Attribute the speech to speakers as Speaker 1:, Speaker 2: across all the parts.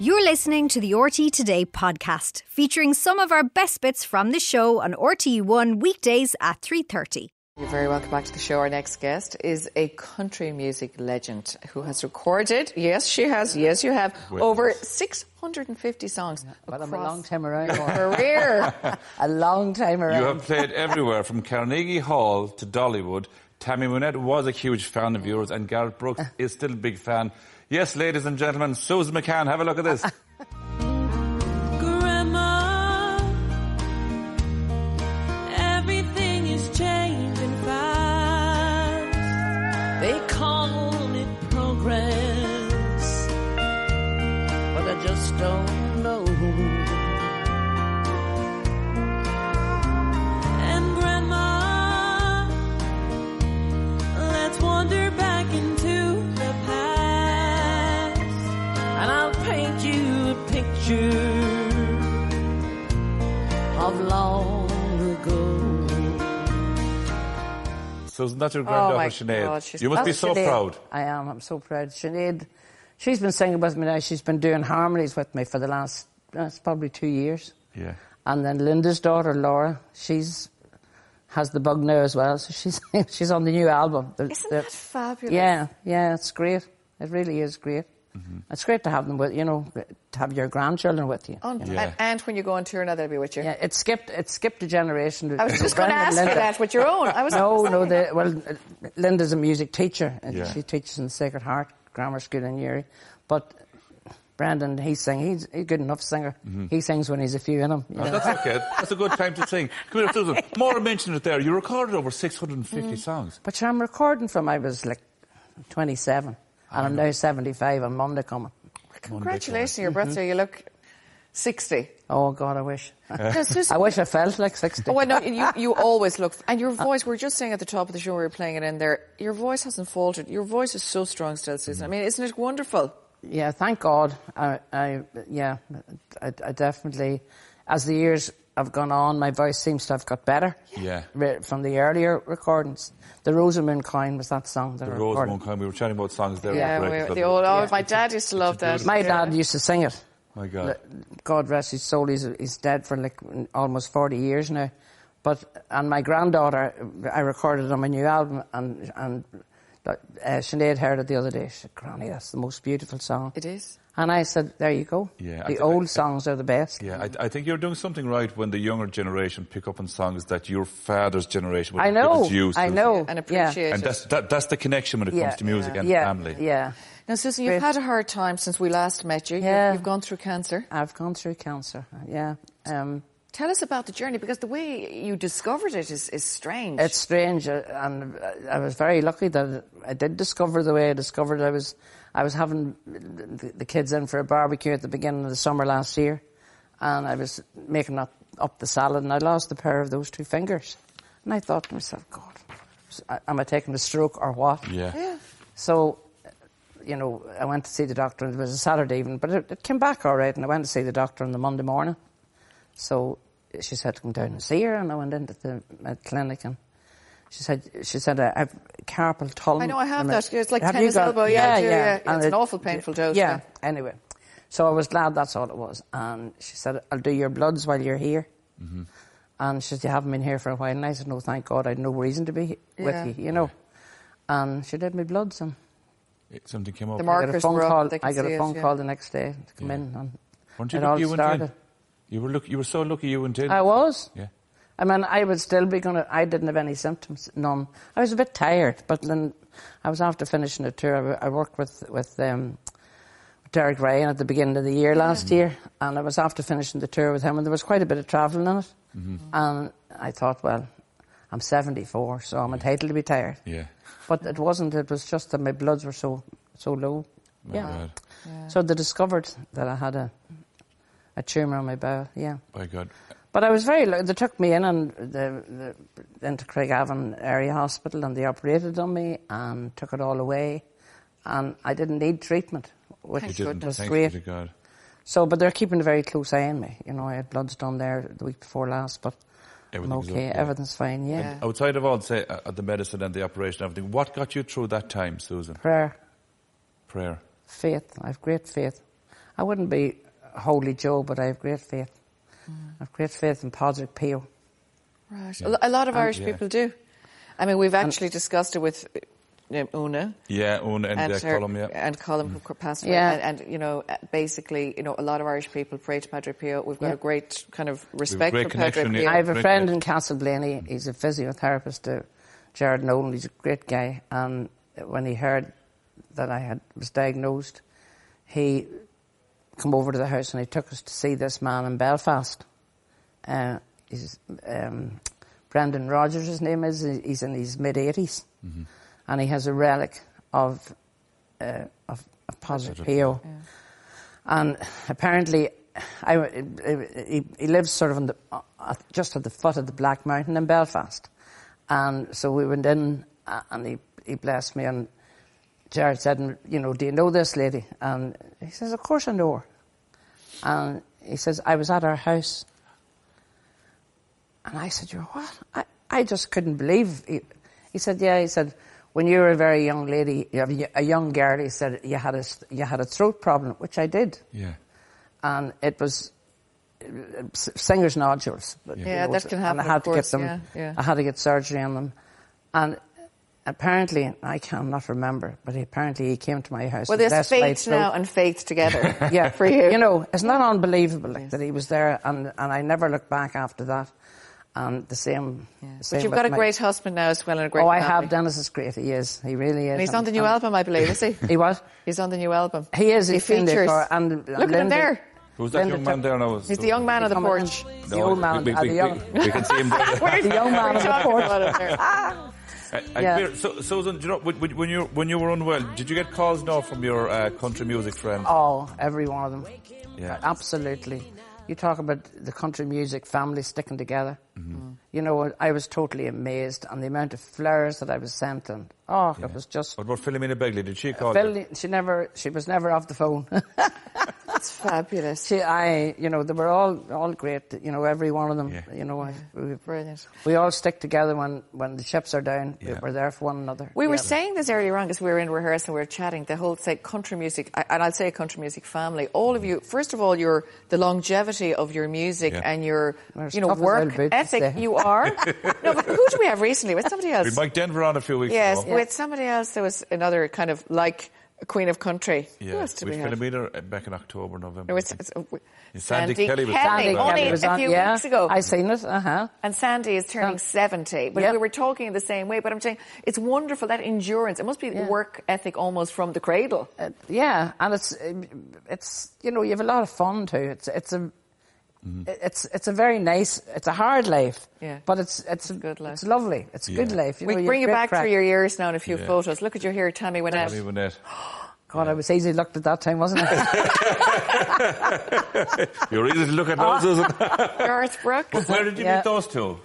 Speaker 1: You're listening to the RT Today podcast, featuring some of our best bits from the show on RT1 weekdays at 3:30.
Speaker 2: You're very welcome back to the show. Our next guest is a country music legend who has recorded, yes, she has, yes, you have, over 650 songs
Speaker 3: Well, I'm a
Speaker 2: across
Speaker 3: long time around.
Speaker 2: her career.
Speaker 3: a long eh? time around.
Speaker 4: You have played everywhere from Carnegie Hall to Dollywood. Tammy Wynette was a huge fan of yours, and Garrett Brooks is still a big fan. Yes, ladies and gentlemen, Susan McCann, have a look at this.
Speaker 5: Grandma, everything is changing fast. They call it progress, but I just don't know. And Grandma, let's wander back into the past and I'll paint you a picture of long ago.
Speaker 4: Susan, that's your granddaughter,
Speaker 2: Oh my
Speaker 4: Sinead.
Speaker 2: God, she's-
Speaker 4: you must be
Speaker 3: That's
Speaker 4: so
Speaker 3: Oh, Sinead.
Speaker 4: proud.
Speaker 3: I am. I'm so proud. Sinead, she's been singing with me now. She's been doing harmonies with me for the last, that's probably two years.
Speaker 4: Yeah.
Speaker 3: And then Linda's daughter, Laura, she's has the bug now as well. So she's she's on the new album. The-
Speaker 2: Isn't
Speaker 3: the-
Speaker 2: that fabulous?
Speaker 3: Yeah, yeah, it's great. It really is great.
Speaker 4: Mm-hmm.
Speaker 3: It's great to have them with, you know, to have your grandchildren with you.
Speaker 2: Um,
Speaker 3: you know.
Speaker 4: Yeah.
Speaker 2: and, and when you go on tour now, they'll be with you.
Speaker 3: Yeah, it skipped it skipped a generation.
Speaker 2: I was just going to ask you that with your own. I was
Speaker 3: no, no. The, well, uh, Linda's a music teacher, and
Speaker 4: Yeah.
Speaker 3: she teaches in the Sacred Heart Grammar School in Uri. But Brandon, he's sing. He's a good enough singer. He sings when he's a few in him. You know.
Speaker 4: That's okay. That's a good time to sing. Come here, Susan. More mentioned it there. You recorded over 650
Speaker 2: Mm.
Speaker 4: songs.
Speaker 3: But sure, I'm recording from I was like 27, and I'm now 75. on Monday coming.
Speaker 2: Congratulations, your brother. You look 60.
Speaker 3: Oh God, I wish.
Speaker 2: Does this-
Speaker 3: I wish I felt like 60.
Speaker 2: Oh, well, no, you, you always look. And your voice, we were just saying at the top of the show, we were playing it in there. Your voice hasn't faltered. Your voice is so strong still, Susan. I mean, isn't it wonderful?
Speaker 3: Yeah, thank God. I, I yeah, I, I definitely, as the years have gone on, my voice seems to have got better.
Speaker 4: Yeah.
Speaker 3: Re- From the earlier recordings, the Rosamund Coin was that song that I
Speaker 4: Rose
Speaker 3: recorded.
Speaker 4: Moncombe, we were chatting about songs there.
Speaker 2: Yeah,
Speaker 4: at break as
Speaker 2: we,
Speaker 4: well.
Speaker 2: the old. Oh, my dad used to love that.
Speaker 3: My
Speaker 2: Yeah.
Speaker 3: dad used to sing it.
Speaker 4: My God.
Speaker 3: God rest his soul. He's, he's dead for like almost 40 years now. But and my granddaughter, I recorded on my new album, and and uh, Sinead heard it the other day. She said, "Granny, that's the most beautiful song."
Speaker 2: It is.
Speaker 3: And I said, "There you go.
Speaker 4: Yeah, I
Speaker 3: the
Speaker 4: th-
Speaker 3: old
Speaker 4: I-
Speaker 3: songs are the best."
Speaker 4: Yeah, I, I think you're doing something right when the younger generation pick up on songs that your father's generation would
Speaker 3: I know.
Speaker 4: You,
Speaker 3: I
Speaker 4: Susan.
Speaker 3: know.
Speaker 2: And
Speaker 3: yeah.
Speaker 2: appreciate
Speaker 4: And that's, that, that's the connection when it comes to music and
Speaker 3: yeah.
Speaker 4: family.
Speaker 3: Yeah.
Speaker 2: Now, Susan, you've
Speaker 3: Great.
Speaker 2: had a hard time since we last met you. You-
Speaker 3: Yeah.
Speaker 2: You've gone through cancer.
Speaker 3: I've gone through cancer. Yeah. Um,
Speaker 2: Tell us about the journey because the way you discovered it is, is strange.
Speaker 3: It's strange, uh, and uh, I was very lucky that I did discover the way I discovered. it. I was, I was having the, the kids in for a barbecue at the beginning of the summer last year, and I was making up, up the salad, and I lost the pair of those two fingers, and I thought to myself, God, s- am I taking a stroke or what?
Speaker 4: Yeah.
Speaker 2: yeah.
Speaker 3: So, uh, you know, I went to see the doctor. It was a Saturday evening, but it, it came back all right. And I went to see the doctor on the Monday morning. So she said to come down and see her, and I went into the uh, clinic and. She said, "She said I have carpal tunnel."
Speaker 2: I know I have
Speaker 3: And
Speaker 2: that. It's like
Speaker 3: "Have you
Speaker 2: tennis
Speaker 3: got-"
Speaker 2: elbow. Yeah, I do, yeah.
Speaker 3: And
Speaker 2: It's an awful painful dose,
Speaker 3: Yeah.
Speaker 2: yeah.
Speaker 3: Anyway, so I was glad that's all it was. And she said, "I'll do your bloods while you're here." And she said, "You haven't been here for a while." And I said, "No, thank God, I had no reason to be he-
Speaker 2: Yeah.
Speaker 3: with you, you know." And she did my bloods and
Speaker 4: It- Something came up.
Speaker 2: The
Speaker 3: I got a
Speaker 2: markers
Speaker 3: phone
Speaker 2: were up.
Speaker 3: call.
Speaker 2: they can
Speaker 3: I got
Speaker 2: see
Speaker 3: a
Speaker 2: it,
Speaker 3: phone
Speaker 2: yeah.
Speaker 3: call the next day to come in, and
Speaker 4: Weren't you
Speaker 3: it
Speaker 4: look-
Speaker 3: all
Speaker 4: you and Jane?
Speaker 3: started.
Speaker 4: You were look. You were so lucky. You and Jane.
Speaker 3: I was.
Speaker 4: Yeah.
Speaker 3: I mean, I would still be going to. I didn't have any symptoms, none. I was a bit tired, but then I was after finishing a tour. I w- I, worked with with um, Derek Ryan at the beginning of the year last year, and I was after finishing the tour with him, and there was quite a bit of travelling in it.
Speaker 4: Mm-hmm.
Speaker 3: And I thought, well, I'm 74, so I'm entitled to be tired.
Speaker 4: Yeah.
Speaker 3: But it wasn't. It was just that my bloods were so so low.
Speaker 4: My God.
Speaker 3: So they discovered that I had a a tumour on my bowel. Yeah.
Speaker 4: My God.
Speaker 3: But I was very. lu- They took me in and the, the into Craigavon area hospital, and they operated on me and took it all away, and I didn't need treatment, which
Speaker 4: You didn't.
Speaker 3: was
Speaker 4: Thank
Speaker 3: great.
Speaker 4: you to God.
Speaker 3: So, but they're keeping a very close eye on me. You know, I had bloods done there the week before last, but I'm
Speaker 4: Everything's
Speaker 3: okay.
Speaker 4: okay.
Speaker 3: Everything's fine. Yeah.
Speaker 4: Outside of all, say uh, the medicine and the operation, and everything. What got you through that time, Susan?
Speaker 3: Prayer,
Speaker 4: Prayer.
Speaker 3: faith. I have great faith. I wouldn't be Holy Joe, but I have great faith.
Speaker 4: Mm.
Speaker 3: I have great faith in Padraig Pio.
Speaker 2: Right. A lot of Irish
Speaker 4: yeah.
Speaker 2: people do. I mean, we've actually discussed it with uh, Una.
Speaker 4: Yeah, Una and, uh, Colum, yeah.
Speaker 2: and Colum who passed away.
Speaker 3: Yeah.
Speaker 2: And, and, you know, uh, basically, you know, a lot of Irish people pray to Padre Pio. We've got
Speaker 3: Yeah.
Speaker 2: a great kind of respect
Speaker 4: great
Speaker 2: for Padre
Speaker 4: connection,
Speaker 2: Pio.
Speaker 4: yeah.
Speaker 3: I have a
Speaker 4: Great
Speaker 3: friend
Speaker 4: guy.
Speaker 3: in Castleblaney. He's a physiotherapist, uh, Jared Nolan. He's a great guy. And when he heard that I had was diagnosed, he come over to the house and he took us to see this man in Belfast. Uh, he's um, Brendan Rogers. His name is. He's in his mid 80s and he has a relic of uh, of, of Padre Pio. And apparently, I, he, he lives sort of on the, uh, uh, just at the foot of the Black Mountain in Belfast. And so we went in uh, and he, he blessed me. And Jared said, You know, do you know this lady? And he says, Of course I know her. And he says, I was at her house. And I said, You're what? I, I just couldn't believe. He, he said, Yeah. He said, When you were a very young lady, you have- a young girl, he said, you had, a, s- you had a throat problem, which I did
Speaker 4: Yeah.
Speaker 3: and it was uh, s- singer's nodules. But,
Speaker 4: Yeah.
Speaker 3: you
Speaker 2: Yeah,
Speaker 3: know,
Speaker 2: that
Speaker 3: so-
Speaker 2: can happen,
Speaker 3: And I had
Speaker 2: of
Speaker 3: to
Speaker 2: course,
Speaker 3: get them.
Speaker 2: yeah, yeah.
Speaker 3: I had to get surgery on them, and apparently I cannot remember, but apparently he came to my house.
Speaker 2: Well,
Speaker 3: with
Speaker 2: there's
Speaker 3: this light
Speaker 2: faith now
Speaker 3: throat.
Speaker 2: and faith together.
Speaker 3: yeah,
Speaker 2: for you.
Speaker 3: You know, it's not unbelievable like, that he was there, and, and I never looked back after that. And the same. same
Speaker 2: But you've
Speaker 3: with
Speaker 2: got a
Speaker 3: my-
Speaker 2: great husband now as well and a great
Speaker 3: oh, I
Speaker 2: family.
Speaker 3: have. Dennis is great. He is. He really is.
Speaker 2: And he's on the new
Speaker 3: and-
Speaker 2: album, I believe, is he?
Speaker 3: He was.
Speaker 2: He's on the new album.
Speaker 3: Um, He is.
Speaker 2: He
Speaker 3: He's in there
Speaker 2: features.
Speaker 3: for- and-
Speaker 2: Look
Speaker 3: and
Speaker 2: at him
Speaker 3: Linda-
Speaker 2: there.
Speaker 4: Who's that
Speaker 3: Linda
Speaker 4: young man
Speaker 3: took-
Speaker 4: there now?
Speaker 2: He's the young man on the porch.
Speaker 3: The old man.
Speaker 4: We,
Speaker 3: uh,
Speaker 4: we,
Speaker 3: the
Speaker 4: we,
Speaker 3: young.
Speaker 4: we- we can see him there.
Speaker 3: The young man on the
Speaker 2: Talking
Speaker 3: porch.
Speaker 2: about him there.
Speaker 4: I, I
Speaker 3: Yeah.
Speaker 4: clear- so, Susan, do you know when, when- when you when you were unwell, did you get calls now from your uh, country music friends?
Speaker 3: Oh, every one of them.
Speaker 4: Yeah.
Speaker 3: Absolutely. You talk about the country music family sticking together. You know, I was totally amazed and the amount of flowers that I was sent and oh, it was just.
Speaker 4: What about Philomena Begley? Did she call? you?
Speaker 3: Phil, she never, she was never off the phone.
Speaker 2: That's fabulous.
Speaker 3: she, I, you know, they were all, all great. You know, every one of them.
Speaker 4: Yeah.
Speaker 3: You know, I, we,
Speaker 2: Brilliant.
Speaker 3: we all stick together when when the ships are down.
Speaker 4: Yeah.
Speaker 3: We, we're there for one another.
Speaker 2: We were
Speaker 3: Yeah.
Speaker 2: saying this earlier on because we were in rehearsal and we were chatting. The whole say country music, I- and I'll say country music family. All of you, first of all, your the longevity of your music
Speaker 4: Yeah.
Speaker 2: and your
Speaker 3: There's
Speaker 2: you know
Speaker 3: tough as hell
Speaker 2: work
Speaker 3: boots to
Speaker 2: ethic.
Speaker 3: say.
Speaker 2: You are. no, but who do we have recently? With somebody
Speaker 4: We
Speaker 2: else.
Speaker 4: Mike Denver on a few weeks
Speaker 2: yes,
Speaker 4: ago.
Speaker 2: with somebody else. There was another kind of like Queen of Country. Who else did
Speaker 4: with
Speaker 2: we have?
Speaker 4: Philomena uh, back in October, November.
Speaker 2: No, it's-
Speaker 4: I think.
Speaker 2: it's, uh, w-
Speaker 4: Sandy Kelly was
Speaker 3: Sandy
Speaker 4: Kelly
Speaker 2: only
Speaker 4: was
Speaker 2: a
Speaker 3: on-
Speaker 2: few
Speaker 3: yeah,
Speaker 2: weeks ago.
Speaker 3: I seen it. Uh huh.
Speaker 2: And Sandy is turning 70. But
Speaker 3: Yeah.
Speaker 2: we were talking the same way. But I'm saying it's wonderful that endurance. It must be
Speaker 3: Yeah.
Speaker 2: work ethic almost from the cradle.
Speaker 3: Uh, yeah, and it's it's you know you have a lot of fun too. It's it's a it's it's a very nice. It's a hard life.
Speaker 2: Yeah.
Speaker 3: but it's it's, a
Speaker 2: good life.
Speaker 3: It's lovely. It's a good
Speaker 4: Yeah.
Speaker 3: life. You know,
Speaker 2: we
Speaker 3: you
Speaker 2: bring you
Speaker 3: have great
Speaker 2: back
Speaker 3: crack.
Speaker 2: through your years now in a few
Speaker 4: Yeah.
Speaker 2: photos. Look at your hair, Tammy Wynette.
Speaker 4: Tommy Wynette.
Speaker 3: God, I was easy looked at that time, wasn't I?
Speaker 4: You're easy to look at
Speaker 2: Ah.
Speaker 4: now, Susan.
Speaker 2: Garth Brooks.
Speaker 4: Where did you
Speaker 3: Yeah.
Speaker 4: meet those two?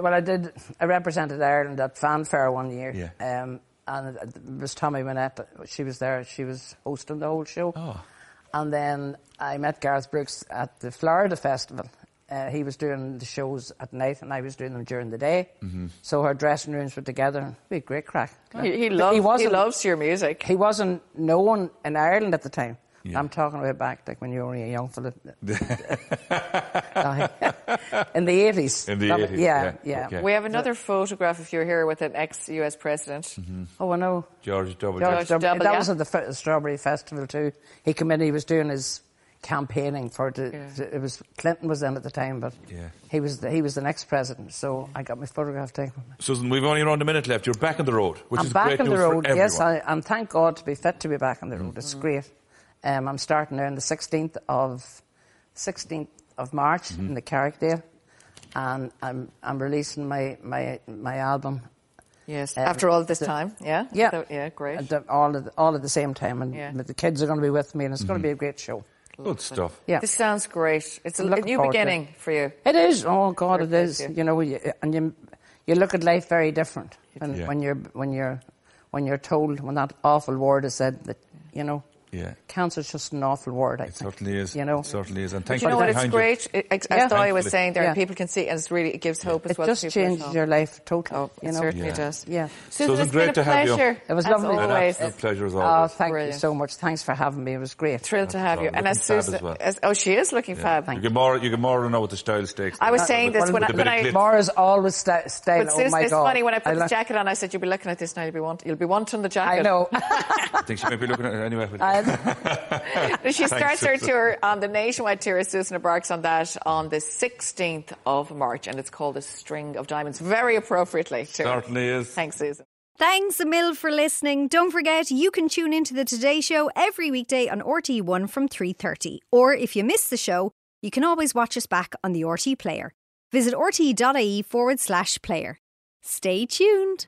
Speaker 3: well, I did. I represented Ireland at fanfare one year.
Speaker 4: Yeah.
Speaker 3: Um, and it was Tommy Minette. She was there. She was hosting the whole show.
Speaker 4: Oh.
Speaker 3: And then I met Garth Brooks at the Florida Festival. Uh, he was doing the shows at night, and I was doing them during the day.
Speaker 4: Mm-hmm.
Speaker 3: So our dressing rooms were together. and We had great crack.
Speaker 2: Oh, He, he,
Speaker 3: But
Speaker 2: loves, he,
Speaker 3: wasn't-
Speaker 2: loves your music.
Speaker 3: He wasn't known in Ireland at the time.
Speaker 4: Yeah.
Speaker 3: I'm talking about back like when you were only a young fella. in the 80s.
Speaker 4: In the
Speaker 3: That was-
Speaker 4: 80s,
Speaker 3: Yeah,
Speaker 4: yeah,
Speaker 3: yeah.
Speaker 4: okay.
Speaker 2: We have another photograph of you here with an ex-US president.
Speaker 4: Mm-hmm.
Speaker 3: Oh, I know.
Speaker 4: George W.
Speaker 3: George
Speaker 2: George
Speaker 3: W.
Speaker 2: W.
Speaker 3: That was at the Fe- Strawberry Festival too. He came in. He was doing his campaigning for the, the- It was Clinton was in at the time, but
Speaker 4: Yeah.
Speaker 3: he was the, he was the next president. So I got my photograph taken.
Speaker 4: Susan, we've only around a minute left. You're back on the road, which
Speaker 3: I'm
Speaker 4: is
Speaker 3: back
Speaker 4: great
Speaker 3: on the
Speaker 4: news for
Speaker 3: road. Yes,
Speaker 4: everyone.
Speaker 3: I, and thank God to be fit to be back on the road. It's great. Um, I'm starting now on the 16th of 16th of March
Speaker 4: Mm-hmm.
Speaker 3: in the Carrickdale, and I'm I'm releasing my my my album.
Speaker 2: Yes.
Speaker 3: Uh,
Speaker 2: After all this
Speaker 3: the-
Speaker 2: time. Yeah.
Speaker 3: Yeah,
Speaker 2: So- yeah. Great.
Speaker 3: And they're all at the, all at the same time, and
Speaker 2: Yeah.
Speaker 3: the kids are going to be with me, and it's going
Speaker 4: Mm-hmm.
Speaker 3: to be a great show.
Speaker 4: Good stuff.
Speaker 3: Yeah.
Speaker 2: This sounds great. It's a,
Speaker 3: I'm
Speaker 2: a
Speaker 3: looking
Speaker 2: new
Speaker 3: forward to it.
Speaker 2: beginning for you.
Speaker 3: It is. Oh God, it
Speaker 2: Perfect,
Speaker 3: is.
Speaker 2: yeah.
Speaker 3: You know, you, and you you look at life very different when,
Speaker 4: Yeah.
Speaker 3: when you're when you're when you're told when that awful word is said that you know.
Speaker 4: Yeah.
Speaker 3: Cancer's just an awful word.
Speaker 4: It
Speaker 3: I think.
Speaker 4: certainly is.
Speaker 3: You know,
Speaker 4: it certainly is. And
Speaker 2: But
Speaker 4: thank
Speaker 2: you know what?
Speaker 4: for
Speaker 2: It's
Speaker 4: behind
Speaker 2: great. It, as
Speaker 3: Yeah.
Speaker 2: Doy was
Speaker 4: Thankfully.
Speaker 2: saying there,
Speaker 3: Yeah.
Speaker 2: and people can see, and it's really it gives hope as
Speaker 3: it
Speaker 2: well.
Speaker 3: just
Speaker 2: to people as
Speaker 3: changes
Speaker 2: well.
Speaker 3: your life totally.
Speaker 2: Oh, it
Speaker 3: you know?
Speaker 2: certainly
Speaker 4: Yeah.
Speaker 2: does.
Speaker 3: Yeah.
Speaker 2: Susan,
Speaker 4: Susan,
Speaker 2: it's
Speaker 4: great
Speaker 2: been a
Speaker 4: to have you.
Speaker 2: pleasure.
Speaker 3: It was
Speaker 2: as
Speaker 3: lovely.
Speaker 4: An
Speaker 2: Always.
Speaker 4: absolute pleasure as
Speaker 3: Oh,
Speaker 4: always.
Speaker 3: thank
Speaker 2: Brilliant.
Speaker 3: you so much. Thanks for having me. It was great.
Speaker 2: Thrilled to have you.
Speaker 4: Looking
Speaker 2: And as
Speaker 4: fab as
Speaker 2: Susan,
Speaker 4: well.
Speaker 2: as, oh, she is looking fab.
Speaker 4: you can more you can more know what the style stakes.
Speaker 2: I was
Speaker 4: are.
Speaker 2: saying
Speaker 4: With-
Speaker 2: this when
Speaker 4: with
Speaker 2: I-
Speaker 4: a
Speaker 2: when
Speaker 4: bit of
Speaker 2: I-
Speaker 4: glitz.
Speaker 3: More is always sta- style.
Speaker 2: But
Speaker 3: oh
Speaker 2: Susan,
Speaker 3: my
Speaker 2: it's
Speaker 3: God.
Speaker 2: funny when I put the
Speaker 3: like-
Speaker 2: jacket on. I said, "You'll be looking at this now. You'll be want, you'll be wanting the jacket."
Speaker 3: I know.
Speaker 4: I think she might be looking at it anyway.
Speaker 2: She
Speaker 4: Thanks,
Speaker 2: starts her
Speaker 4: Susan.
Speaker 2: tour on the nationwide tour. Susan embarks on that on the 16th of March, and it's called "A String of Diamonds," very appropriately. Too.
Speaker 4: Certainly is.
Speaker 2: Thanks, Susan.
Speaker 1: Thanks a mill for listening. Don't forget you can tune into the Today Show every weekday on RT1 from 3:30. Or if you miss the show, you can always watch us back E on the RT player. Visit rt.ie forward slash player. Stay tuned.